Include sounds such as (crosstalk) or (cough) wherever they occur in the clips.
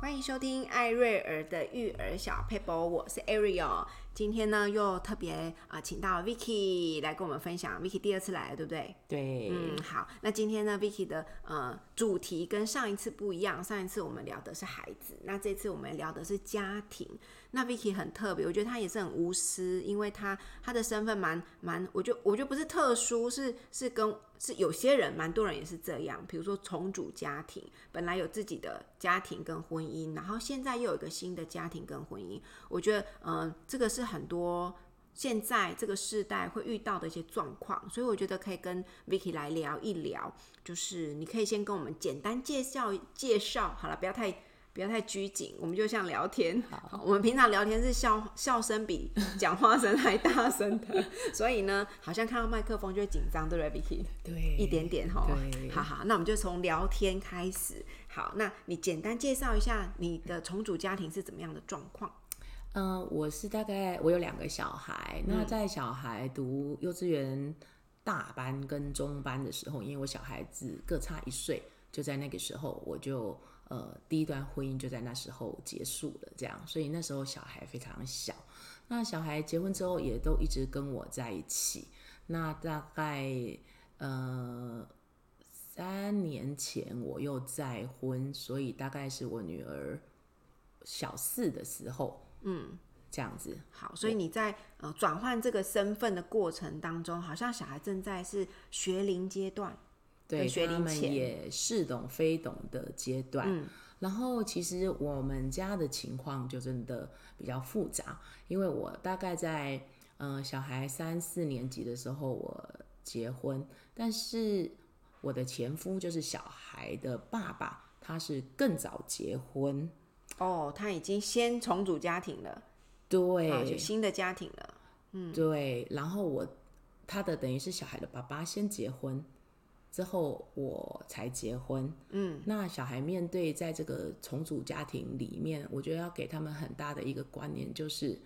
欢迎收听艾瑞儿的育儿小 paper，我是 Ariel。今天呢，又特别啊、呃请到 Vicky 来跟我们分享。Vicky 第二次来了，对不对？对，嗯，好。那今天呢，Vicky 的呃主题跟上一次不一样，上一次我们聊的是孩子，那这次我们聊的是家庭。那 Vicky 很特别，我觉得她也是很无私，因为她她的身份蛮蛮，我觉得我觉得不是特殊，是是跟是有些人蛮多人也是这样，比如说重组家庭，本来有自己的家庭跟婚姻，然后现在又有一个新的家庭跟婚姻，我觉得嗯、呃这个是很多现在这个世代会遇到的一些状况，所以我觉得可以跟 Vicky 来聊一聊，就是你可以先跟我们简单介绍介绍，好了，不要太不要太拘谨，我们就像聊天，好我们平常聊天是笑笑声比讲话声还大声的，所以呢，好像看到麦克风就会紧张，对不对，Vicky？对，一点点哈对，好好，那我们就从聊天开始。好，那你简单介绍一下你的重组家庭是怎么样的状况？嗯、我是大概我有两个小孩，那在小孩读幼稚园大班跟中班的时候，因为我小孩子各差一岁，就在那个时候我就呃第一段婚姻就在那时候结束了，这样，所以那时候小孩非常小。那小孩结婚之后也都一直跟我在一起，那大概呃三年前我又再婚，所以大概是我女儿小四的时候，嗯，这样子。好，所以你在呃转换这个身份的过程当中，好像小孩正在是学龄阶段，对跟学他龄们前嗯也似懂非懂的阶段。然后其实我们家的情况就真的比较复杂，因为我大概在呃小孩三四年级的时候我结婚，但是我的前夫就是小孩的爸爸，他是更早结婚，哦，他已经先重组家庭了，对，啊就新的家庭了，对，然后我他的等于是小孩的爸爸先结婚，之后我才结婚。嗯，那小孩面对在这个重组家庭里面，我觉得要给他们很大的一个观念，就是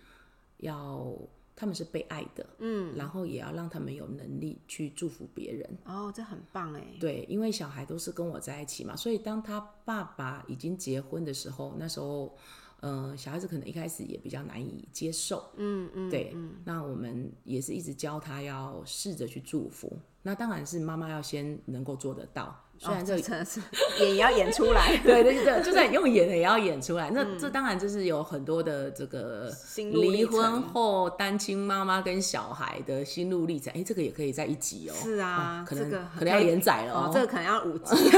要他们是被爱的，嗯，然后也要让他们有能力去祝福别人。哦，这很棒哎，对，因为小孩都是跟我在一起嘛，所以当他爸爸已经结婚的时候，那时候，呃，小孩子可能一开始也比较难以接受，嗯嗯，对，那我们也是一直教他要试着去祝福，那当然是妈妈要先能够做得到，虽然哦这这真的是演也要演出来， (laughs) 对对对， (laughs) 就算用演的也要演出来。那、这当然就是有很多的这个嗯心路历离婚程后单亲妈妈跟小孩的心路历程，哎、这个也可以在一集哦。是啊哦可能、这个可能要可以连载了哦，这个可能要五 (laughs) 集， (laughs)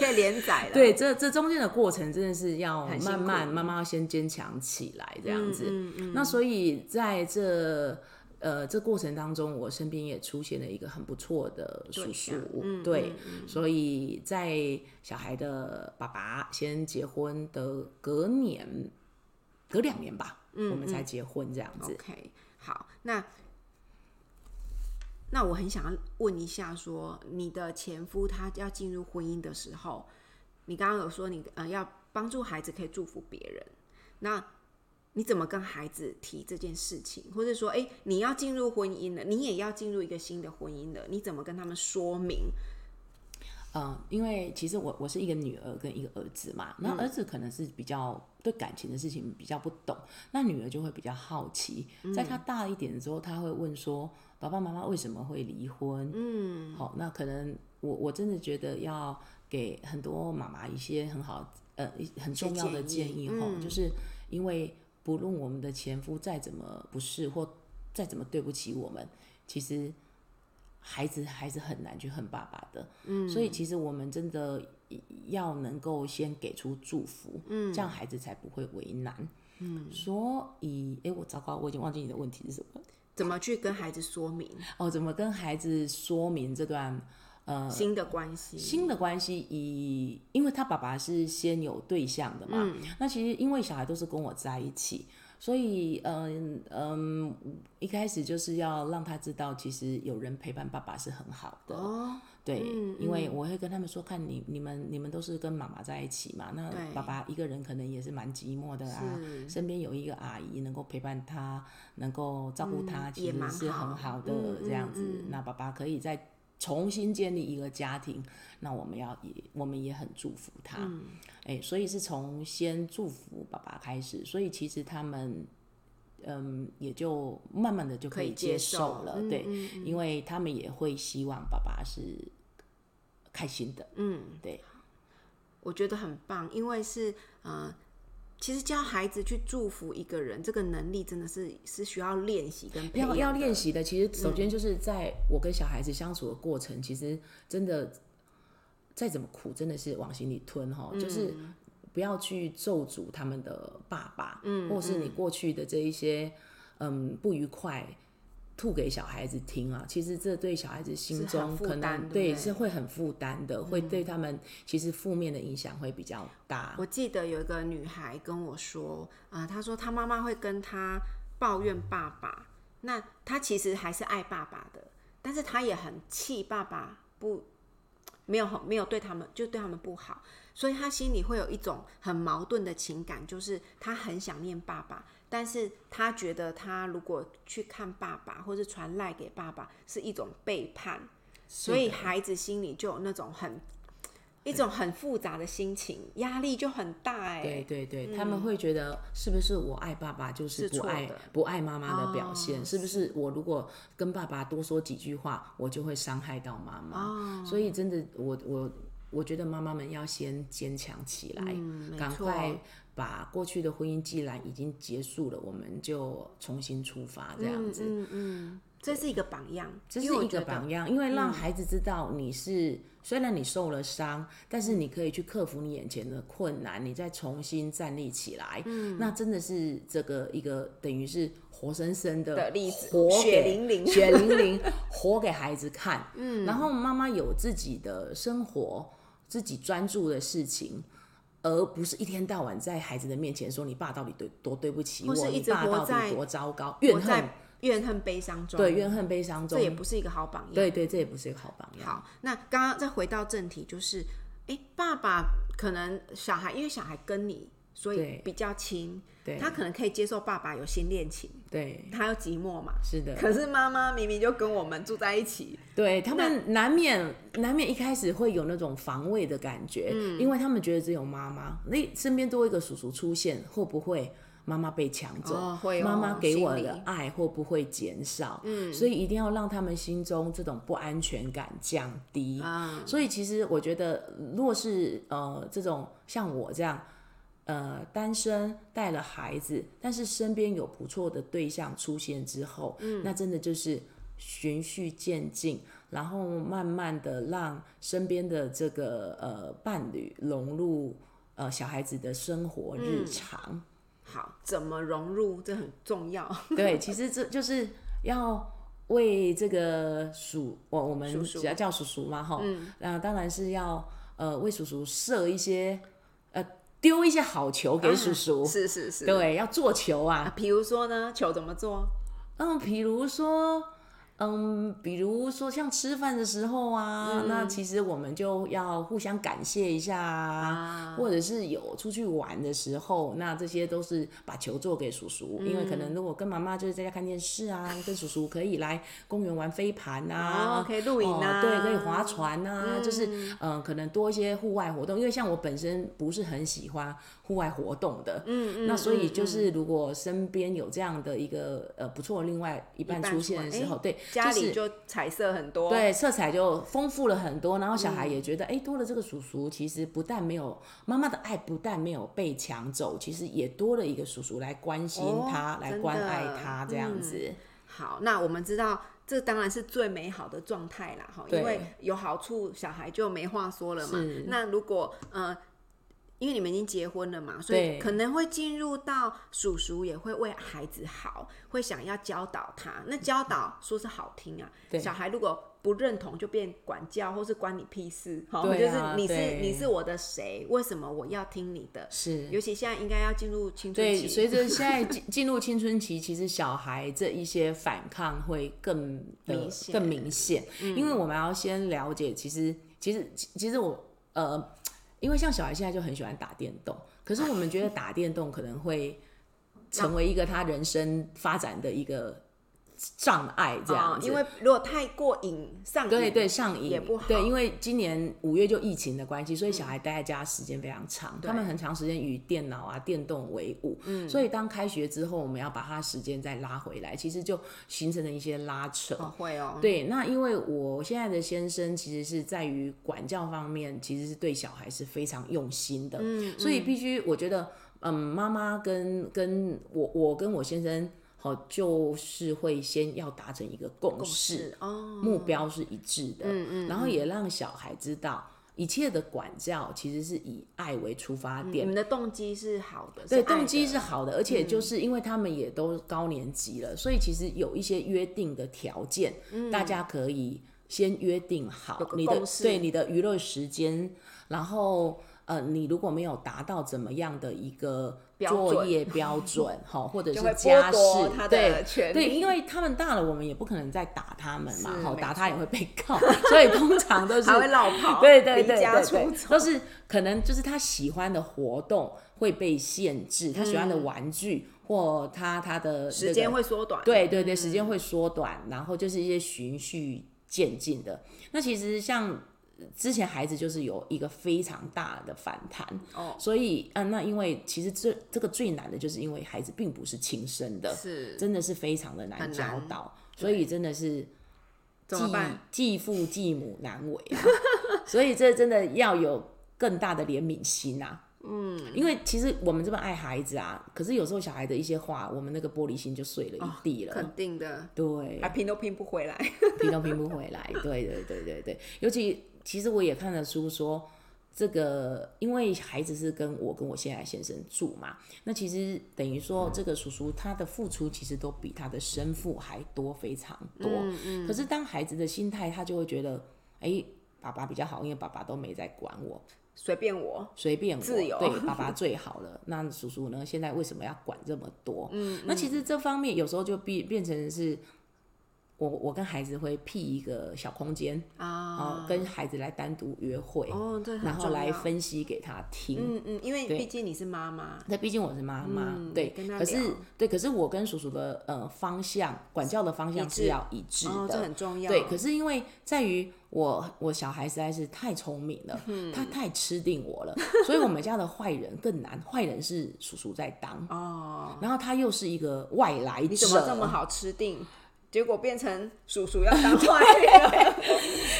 可以连载了，对，这这中间的过程真的是要很辛慢慢苦慢慢要先坚强起来这样子。嗯嗯那所以在这呃这过程当中，我身边也出现了一个很不错的叔对叔象，嗯对嗯，所以在小孩的爸爸先结婚的隔年，隔两年吧，嗯我们才结婚这样子。 OK，好，那那我很想要问一下说你的前夫他要进入婚姻的时候，你刚刚有说你呃要帮助孩子可以祝福别人，那你怎么跟孩子提这件事情，或者说，诶，你要进入婚姻了，你也要进入一个新的婚姻了，你怎么跟他们说明？嗯，因为其实我我是一个女儿跟一个儿子嘛，那儿子可能是比较对感情的事情比较不懂，那女儿就会比较好奇，在她大一点之后，她会问说爸爸妈妈为什么会离婚？嗯，好，那可能我我真的觉得要给很多妈妈一些很好呃一很重要的建建议议吼，就是因为不论我们的前夫再怎么不是或再怎么对不起我们，其实孩子还是很难去恨爸爸的。嗯，所以其实我们真的要能够先给出祝福，嗯，这样孩子才不会为难。嗯，所以，哎、我糟糕，我已经忘记你的问题是什么怎么去跟孩子说明哦？怎么跟孩子说明这段呃新的关系？新的关系以，因为他爸爸是先有对象的嘛，那其实因为小孩都是跟我在一起，所以嗯嗯，一开始就是要让他知道，其实有人陪伴爸爸是很好的。哦，对，嗯因为我会跟他们说，看你你们你们都是跟妈妈在一起嘛，那对爸爸一个人可能也是蛮寂寞的啊，是身边有一个阿姨能够陪伴他，能够照顾他，嗯其也实蛮是很好好的嗯这样子。嗯嗯那爸爸可以在重新建立一个家庭，那我们要也我们也很祝福他，哎、嗯所以是从先祝福爸爸开始，所以其实他们。嗯，也就慢慢的就可以以接接受受了，嗯对，因为他们也会希望爸爸是开心的，嗯，对，我觉得很棒，因为是呃，其实教孩子去祝福一个人，这个能力真的是是需要练习跟培养要的要练习的，其实首先就是在我跟小孩子相处的过程，其实真的再怎么苦，真的是往心里吞哈，嗯就是不要去咒诅他们的爸爸，嗯，或是你过去的这一些嗯不愉快。吐给小孩子听啊，其实这对小孩子心是很中负可担对不能嗯对是会很负担的，会对他们其实负面的影响会比较大。我记得有一个女孩跟我说，啊、她说她妈妈会跟她抱怨爸爸，那她其实还是爱爸爸的，但是她也很气爸爸不没有很没有对他们就对他们不好，所以她心里会有一种很矛盾的情感，就是她很想念爸爸，但是她觉得她如果去看爸爸或是传赖给爸爸是一种背叛，所以孩子心里就有那种很一种很复杂的心情，压力就很大哎、对对对，他们会觉得是不是我爱爸爸就是是不错爱的不爱妈妈的表现？哦是不是我如果跟爸爸多说几句话，我就会伤害到妈哦妈？所以真的，我我我觉得妈妈们要先坚强起来，嗯没赶错快把过去的婚姻既然已经结束了，我们就重新出发，这样子。嗯嗯嗯，这是一个榜样，这因为是我一觉个得嗯榜样，因为让孩子知道你是、虽然你受了伤，但是你可以去克服你眼前的困难，你再重新站立起来。嗯，那真的是这个一个等于是活生生的的例子活血给淋淋血淋淋，活给孩 (laughs) 子看。嗯，然后妈妈有自己的生活，自己专注的事情。而不是一天到晚在孩子的面前说你爸到底对多对不起或我，是一你直爸活到在底多糟糕，我怨恨在怨恨悲伤中，对怨恨悲伤中，这也不是一个好榜样。对对，这也不是一个好榜样。好，那刚刚再回到正题，就是，哎、爸爸可能小孩，因为小孩跟你，所以对比较亲，对他可能可以接受爸爸有新恋情，对，他又寂寞嘛。是的，可是妈妈明明就跟我们住在一起，对他们难免难免一开始会有那种防卫的感觉，嗯因为他们觉得只有妈妈，那身边多一个叔叔出现，会不会？妈妈被抢走，哦会哦妈妈给我心的理爱会不会减少？嗯，所以一定要让他们心中这种不安全感降低。啊所以其实我觉得，若是呃这种像我这样，呃单身带了孩子，但是身边有不错的对象出现之后，嗯，那真的就是循序渐进，然后慢慢的让身边的这个呃伴侣融入呃小孩子的生活日 (laughs) 常。好，怎么融入这很重要。 (laughs) 对，其实这就是要为这个叔，我我们叔叔嗯只要叫叔叔嘛，哈，那、当然是要呃为叔叔设一些呃丢一些好球给叔叔，啊是是是，对，要做球啊啊，，比如说呢，球怎么做？嗯，比如说。嗯，比如说像吃饭的时候啊，那其实我们就要互相感谢一下啊，或者是有出去玩的时候，那这些都是把球做给叔叔，因为可嗯能如果跟妈妈就是在家看电视啊，跟叔叔可以来公园玩飞盘啊，哦可以露营啊哦对，可以划船啊，就是嗯、呃可能多一些户外活动，因为像我本身不是很喜欢户外活动的，嗯嗯，那所以就是如果身边有这样的一个呃不错的另外一半一半出现的出来时候，哎对，家就是里就彩色很多，，对，色彩就丰富了很多，然后小孩嗯也觉得，哎、多了这个叔叔，其实不但没有妈妈的爱，不但没有被抢走，其实也多了一个叔叔来关心哦他，来真关的爱他，这样嗯子。好，那我们知道这当然是最美好的状态啦，哈，对因为有好处，小孩就没话说了嘛是。那如果呃，因为你们已经结婚了嘛，所以对可能会进入到叔叔也会为孩子好，会想要教导他。那教导说是好听啊，对小孩如果。不认同就变管教，或是关你屁事，好，对就是啊你是对你是我的谁？为什么我要听你的？是尤其现在应该要进入青春期，哦对，随 (laughs) 着现在进进入青春期，其实小孩这一些反抗会更的明显嗯更明显，因为我们要先了解，其实其实其其实我呃，因为像小孩现在就很喜欢打电动，可是我们觉得打电动可能会成为一个他人生发展的一个障碍这样哦子。因为如果太过瘾上瘾，对对，上瘾也不好。对，因为今年五月就疫情的关系，所以小孩待在家时间非常长，他们很长时间与电脑啊、电动为伍。嗯，所以当开学之后，我们要把他时间再拉回来，其实就形成了一些拉扯。哦会哦，对，那因为我现在的先生其实是在于管教方面，其实是对小孩是非常用心的，嗯，所以必须我觉得，嗯，妈妈跟跟我我跟我先生，好，就是会先要达成一个共识，是哦，目标是一致的，嗯嗯，然后也让小孩知道一切的管教其实是以爱为出发你点，们的动机是好的，嗯对，是爱动机的是好的，而且就是因为他们也都高年级嗯了，所以其实有一些约定的条件，大家可以先约定好有个你的共识对你的娱乐时间，然后呃，你如果没有达到怎么样的一个标作准业标准，好，或者 (laughs) 就是会剥家事夺他，的对。权对，利， (laughs) 因为他们大了，我们也不可能再打他们嘛是，好没打他也会被告， (laughs) 所以通常都 (laughs) 是还会落跑，对对对离家对出对走，都是可能就是他喜欢的活动会被限制，他喜欢的玩具、或他他的嗯时间那个会嗯缩短，对对对，时间会缩短，然后就是一些循序渐进的。那其实像之前孩子就是有一个非常大的反弹，哦，所以啊，那因为其实这这个最难的就是因为孩子并不是亲生的，是真的是非常的难很教难导，所以真的是怎么办？继继父继母难为啊， (laughs) 所以这真的要有更大的怜悯心啊。嗯，因为其实我们这么爱孩子啊，可是有时候小孩的一些话，我们那个玻璃心就碎了一地了。肯定的，对啊，，拼都拼不回来，拼都拼不回来。对对对对对，尤其其实我也看了书说，这个因为孩子是跟我跟我现在先生住嘛，那其实等于说这个叔叔他的付出其实都比他的生父还多非常多。可是当孩子的心态，他就会觉得，哎，爸爸比较好，因为爸爸都没在管我，随便我，随便我，自由对爸爸最好了。 (laughs) 那叔叔呢？现在为什么要管这么多？嗯，那其实这方面有时候就变变成是。我我跟孩子会辟一个小空间啊、啊，跟孩子来单独约会，哦，对，很然后重来要，分析给他听。嗯嗯，因为对毕竟你是妈妈，那、毕竟我是妈妈，嗯对，跟他可是聊对，可是我跟叔叔的呃方向，管教的方向一是致要一致的，哦，这很重要，对，可是因为在于我，我小孩实在是太聪明了，嗯他太吃定我了， (laughs) 所以我们家的坏人更难，坏人是叔叔在当，哦，然后他又是一个外来者，你怎么这么好吃定？结果变成叔叔要当坏人，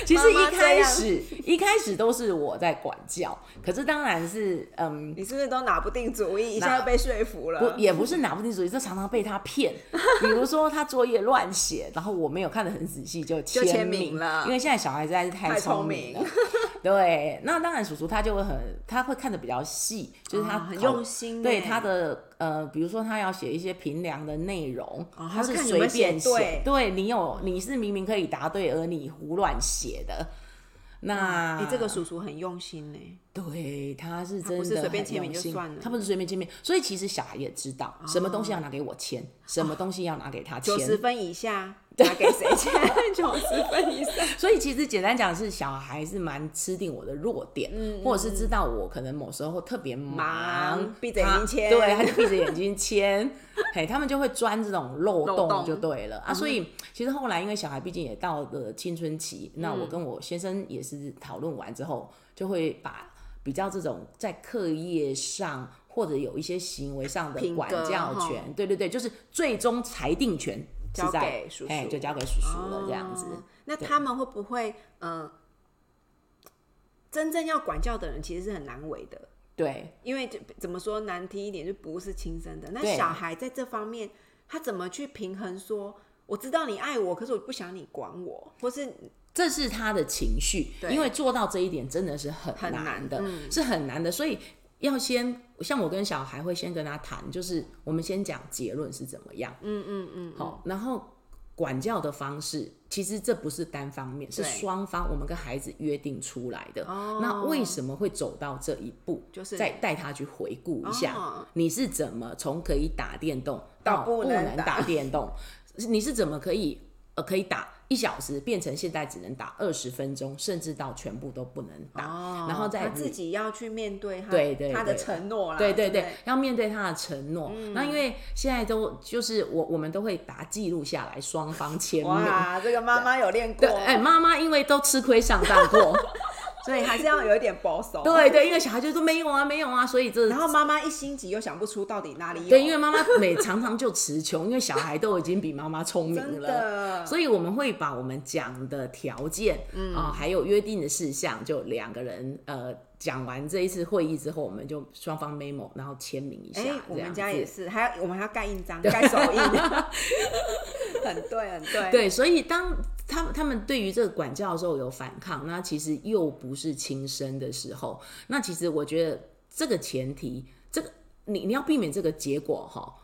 其实妈妈一这开样始一开始都是我在管教，可是当然是嗯。 (laughs) 你是不是都拿不定主意，一下拿就被说服了？不也不是拿不定主意，就常常被他 (laughs) 骗。比如说他作业乱写，然后我没有看得很仔细，就签签名了因为现在小孩实在是太太聪聪明了， (laughs) 对，那当然叔叔他就会很，他会看得比较细，就是他哦很考用心对欸他的呃，比如说他要写一些评量的内容，哦他他是看有没随有写便对对你有你是明明可以答对，而你胡乱写的。那、你嗯哎这嗯个叔叔很用心欸呢、对，他是不真是的随便很签名用就心算了哦他不是随便签名，所以其实小孩也知道什么东西要拿给我签，什么东西要拿给他签九。十分以下拿给谁 (laughs) 签？九十分以上，所以其实简单讲是，小孩是蛮吃定我的弱点，或者是知道我可能某时候特别忙嗯忙，闭着眼睛他签对，他就闭着眼睛签， (laughs) 嘿，他们就会钻这种漏漏洞洞嗯就对了啊。所以其实后来因为小孩毕竟也到了青春期，那嗯我跟我先生也是讨论完之后，就会把比较这种在课业上。或者有一些行为上的品管格教哈权，对对对，就是最终裁定权是交在给叔哎叔就交给叔叔了，这样子。哦那他们会不会嗯、呃真正要管教的人其实是很难为的，对，因为就怎么说难听一点，就不是亲生的。那对小孩在这方面，他怎么去平衡说？我知道你爱我，可是我不想你管我，或是这是他的情绪，对因为做到这一点真的是很很难嗯难的，是很难的，所以。要先像我跟小孩会先跟他谈，就是我们先讲结论是怎么样，嗯嗯嗯，好，然后管教的方式，其实这不是单方面，是对哦双方我们跟孩子约定出来的。那为什么会走到这一步？就是再带他去回顾一下，哦你是怎么从可以打电动到到不不能能打打电动，你是怎么可以呃可以打一小时变成现在只能打二十分钟，甚至到全部都不能打，哦，然后再他自己要去面对他对对他的对承诺啦，对对嗯对不对，要面对他的承诺。那因为现在都就是我我们都会把它记录下来，双方签名。哇，这个妈妈有练过嗯对，，哎、妈妈因为都吃亏上当 (laughs) 过，所以还是要有一点保守。对对，因为小孩就说没有啊，没有啊，所以这然后妈妈一心急又想不出到底哪里有，对，因为妈妈每常常就词穷，因为小孩都已经比妈妈聪明真了。的，所以我们会把我们讲的条件，啊、嗯还有约定的事项，就两个人呃讲完这一次会议之后，我们就双方 memo，然后签名一下。哎、我这样们家子也是，还要我们还要盖印章、盖手印，很对，很对，对，所以当他们他们对于这个管教的时候有反抗，那其实又不是亲生的时候，那其实我觉得这个前提，这个你你要避免这个结果哈。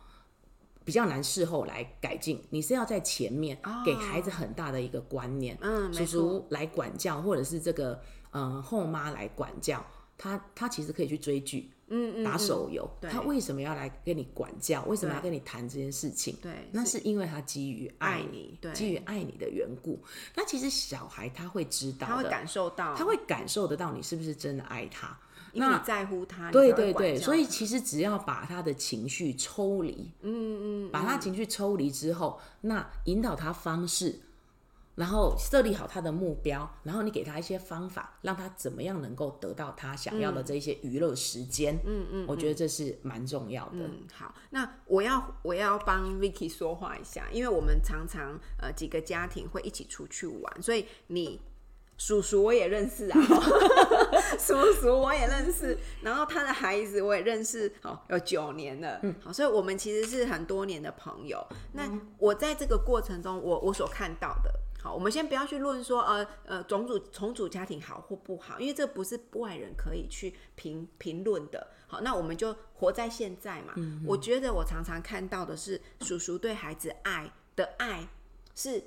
比较难事后来改进，你是要在前面哦给孩子很大的一个观念，嗯没叔错叔来管教，或者是这个嗯、呃后妈来管教，他他其实可以去追剧，嗯嗯，打嗯手游，对他为什么要来跟你管教？为什么对要跟你谈这件事情？对那是是因为他基于爱爱你你，对基于爱你的缘故。那其实小孩他会知道他会的，感受到，他会感受得到你是不是真的爱他。因为你那在乎他，你对才会对管对，教所以他其实只要把他的情绪抽离，嗯嗯，把他情绪抽离之后，那引导他方式，然后设立好他的目标，然后你给他一些方法，让他怎么样能够得到他想要的嗯这些娱乐时间，嗯嗯，我觉得这是蛮重要的。嗯，好，那我要我要帮 Vicky 说话一下，因为我们常常呃几个家庭会一起出去玩，所以你叔叔我也认识啊， (laughs) 叔叔我也认识，然后他的孩子我也认识，好有九年了，嗯，好，所以我们其实是很多年的朋友。那我在这个过程中，我我所看到的。好，我们先不要去论说，呃呃，种族重组家庭好或不好，因为这不是外人可以去评评论的。好，那我们就活在现在嘛。我觉得我常常看到的是，叔叔对孩子爱的爱是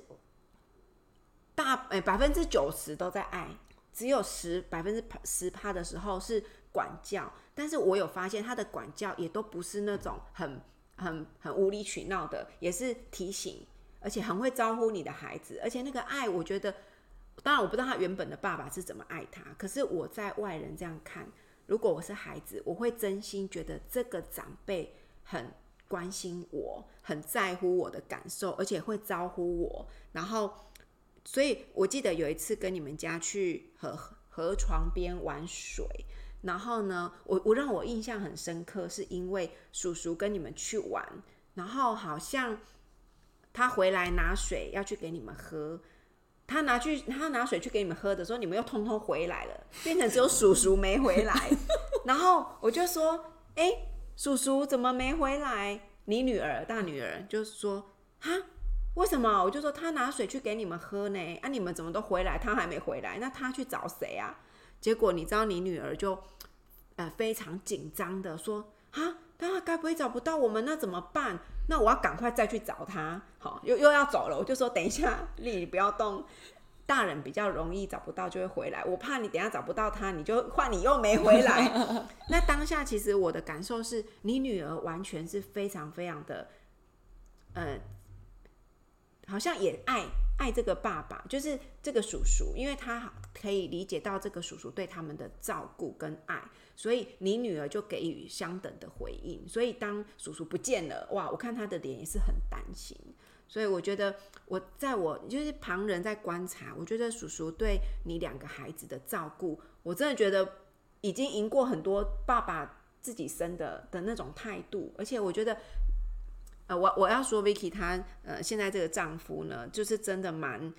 大诶百分之九十都在爱，只有十百分之十趴的时候是管教。但是我有发现他的管教也都不是那种很很很无理取闹的，也是提醒，而且很会招呼你的孩子，而且那个爱，我觉得。当然，我不知道他原本的爸爸是怎么爱他，可是我在外人这样看，如果我是孩子，我会真心觉得这个长辈很关心我，很在乎我的感受，而且会招呼我，然后所以我记得有一次跟你们家去河河床边玩水，然后呢，我我让我印象很深刻，是因为叔叔跟你们去玩，然后好像他回来拿水要去给你们喝。他拿去，他拿水去给你们喝的时候，你们又通通回来了，变成只有叔叔没回来。然后我就说：“哎、叔叔怎么没回来？”你女儿大女儿就说：“哈，为什么？我就说他拿水去给你们喝呢，啊，你们怎么都回来，他还没回来，那他去找谁啊？结果你知道，你女儿就呃非常紧张的说啊，他该不会找不到我们，那怎么办？那我要赶快再去找他，好，又又要走了，我就说等一下，丽，你不要动。大人比较容易找不到就会回来，我怕你等一下找不到他，你就换你又没回来。那当下其实我的感受是你女儿完全是非常非常的，呃，好像也爱爱这个爸爸，就是这个叔叔，因为他可以理解到这个叔叔对他们的照顾跟爱，所以你女儿就给予相等的回应。所以当叔叔不见了，哇，我看他的脸也是很担心。所以我觉得我在我就是旁人在观察，我觉得叔叔对你两个孩子的照顾，我真的觉得已经赢过很多爸爸自己生的的那种态度，而且我觉得呃，我我要说，Vicky 她呃，现在这个丈夫呢，就是真的蛮，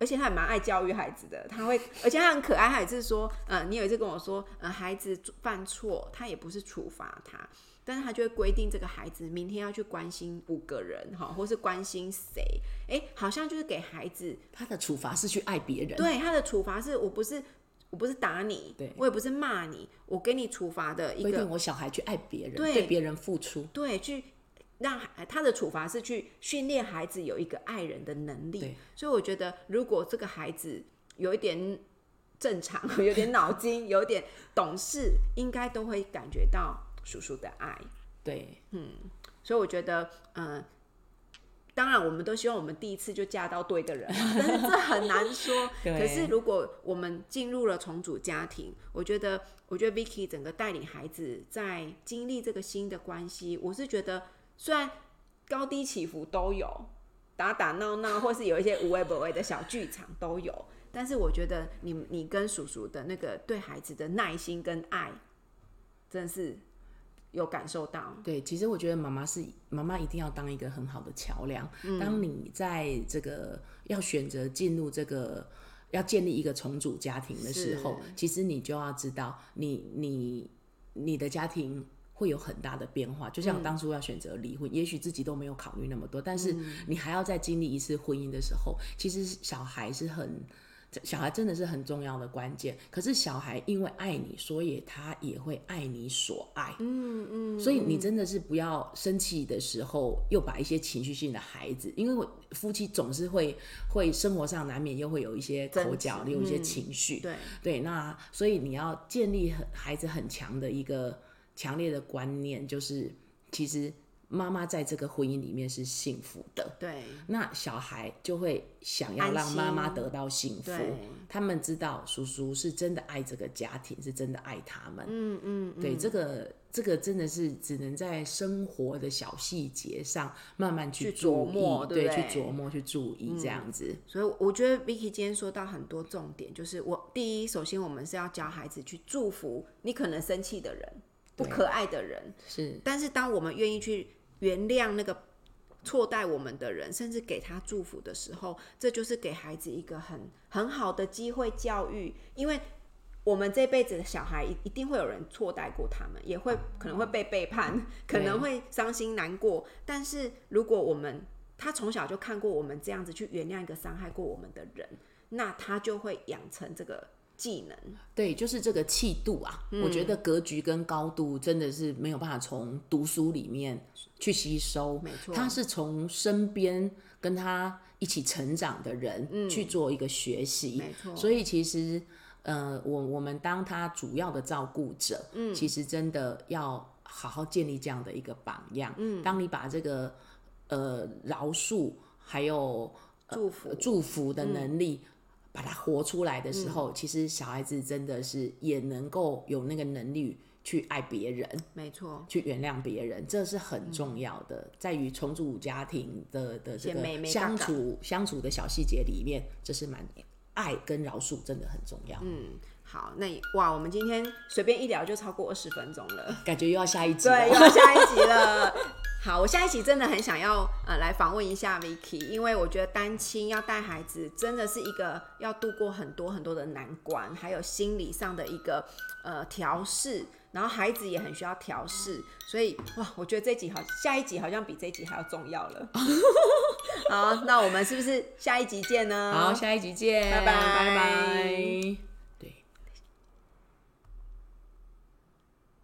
而且他也蛮爱教育孩子的。他会，而且他很可爱，他也是说，呃，你有一次跟我说，呃，孩子犯错，他也不是处罚他，但是他就会规定这个孩子明天要去关心五个人，哈，或是关心谁，诶，好像就是给孩子他的处罚是去爱别人，对，他的处罚是我不是我不是打你，对我也不是骂你，我给你处罚的一规个定我小孩去爱别人，对对别人付出。对，去让孩他的处罚是去训练孩子有一个爱人的能力对。所以我觉得，如果这个孩子有一点正常， (laughs) 有点脑筋，有点懂事，应该都会感觉到叔叔的爱。对，所以我觉得，嗯、呃当然，我们都希望我们第一次就嫁到对的人，啊但是这很难说。对可是如果我们进入了重组家庭，我觉得，我觉得 Vicky 整个带领孩子在经历这个新的关系，我是觉得虽然高低起伏都有，打打闹闹，或是有一些无微不微的小剧场都有。但是我觉得你你跟叔叔的那个对孩子的耐心跟爱，真的是有感受到。对，其实我觉得妈妈是妈妈，一定要当一个很好的桥梁。当你在这个要选择进入这个要建立一个重组家庭的时候，其实你就要知道你，你你的家庭。会有很大的变化，就像我当初要选择离婚，也许自己都没有考虑那么多，但是你还要再经历一次婚姻的时候，其实小孩是很小孩真的是很重要的关键。可是小孩因为爱你，所以他也会爱你所爱。嗯嗯，所以你真的是不要生气的时候，又把一些情绪性的孩子，因为我夫妻总是会会生活上难免又会有一些口角，争执有一些嗯情绪。对，对，那所以你要建立很孩子很强的一个强烈的观念，就是其实妈妈在这个婚姻里面是幸福的。对那小孩就会想要安让妈妈心得到幸福对，他们知道叔叔是真的爱这个家庭，是真的爱他们。嗯嗯嗯，对，这个这个真的是只能在生活的小细节上慢慢去去注琢意磨对对，不去对嗯琢磨、去注意这样子。所以我觉得 Vicky 今天说到很多重点，就是我第一，首先我们是要教孩子去祝福你可能生气的人、不对可爱的人，是，但是当我们愿意去原谅那个错待我们的人，甚至给他祝福的时候，这就是给孩子一个很很好的机会教育，因为。我们这辈子的小孩一一定会有人错待过他们，也会可能会被背叛，可能会伤心难过。但是如果我们他从小就看过我们这样子去原谅一个伤害过我们的人，那他就会养成这个技能。对，就是这个气度啊，我觉嗯得格局跟高度真的是没有办法从读书里面去吸收，没错他是从身边跟他一起成长的人去做一个学习，嗯没错所以其实。呃，我我们当他主要的照顾者，嗯，其实真的要好好建立这样的一个榜样。嗯，当你把这个呃饶恕还有呃祝福嗯祝福的能力，把它活出来的时候，其实小孩子真的是也能够有那个能力去爱别人，没错，去原谅别人，这是嗯很重要的。在于重组家庭的的这些妹个妹相嘎嘎处相处的小细节里面，这是蛮爱跟饶恕真的很重要。嗯，好，那也哇，我们今天随便一聊就超过二十分钟 (laughs) 了。感觉又要下一集对，又了，要下一集了。 (laughs) 好，我下一集真的很想要呃来访问一下 Vicky，因为我觉得单亲要带孩子真的是一个要度过很多很多的难关，还有心理上的一个呃调试，然后孩子也很需要调试，所以哇，我觉得这集好，下一集好像比这一集还要重要了。 (laughs) 好，那我们是不是下一集见呢？ (laughs) 好，下一集见，拜拜拜拜。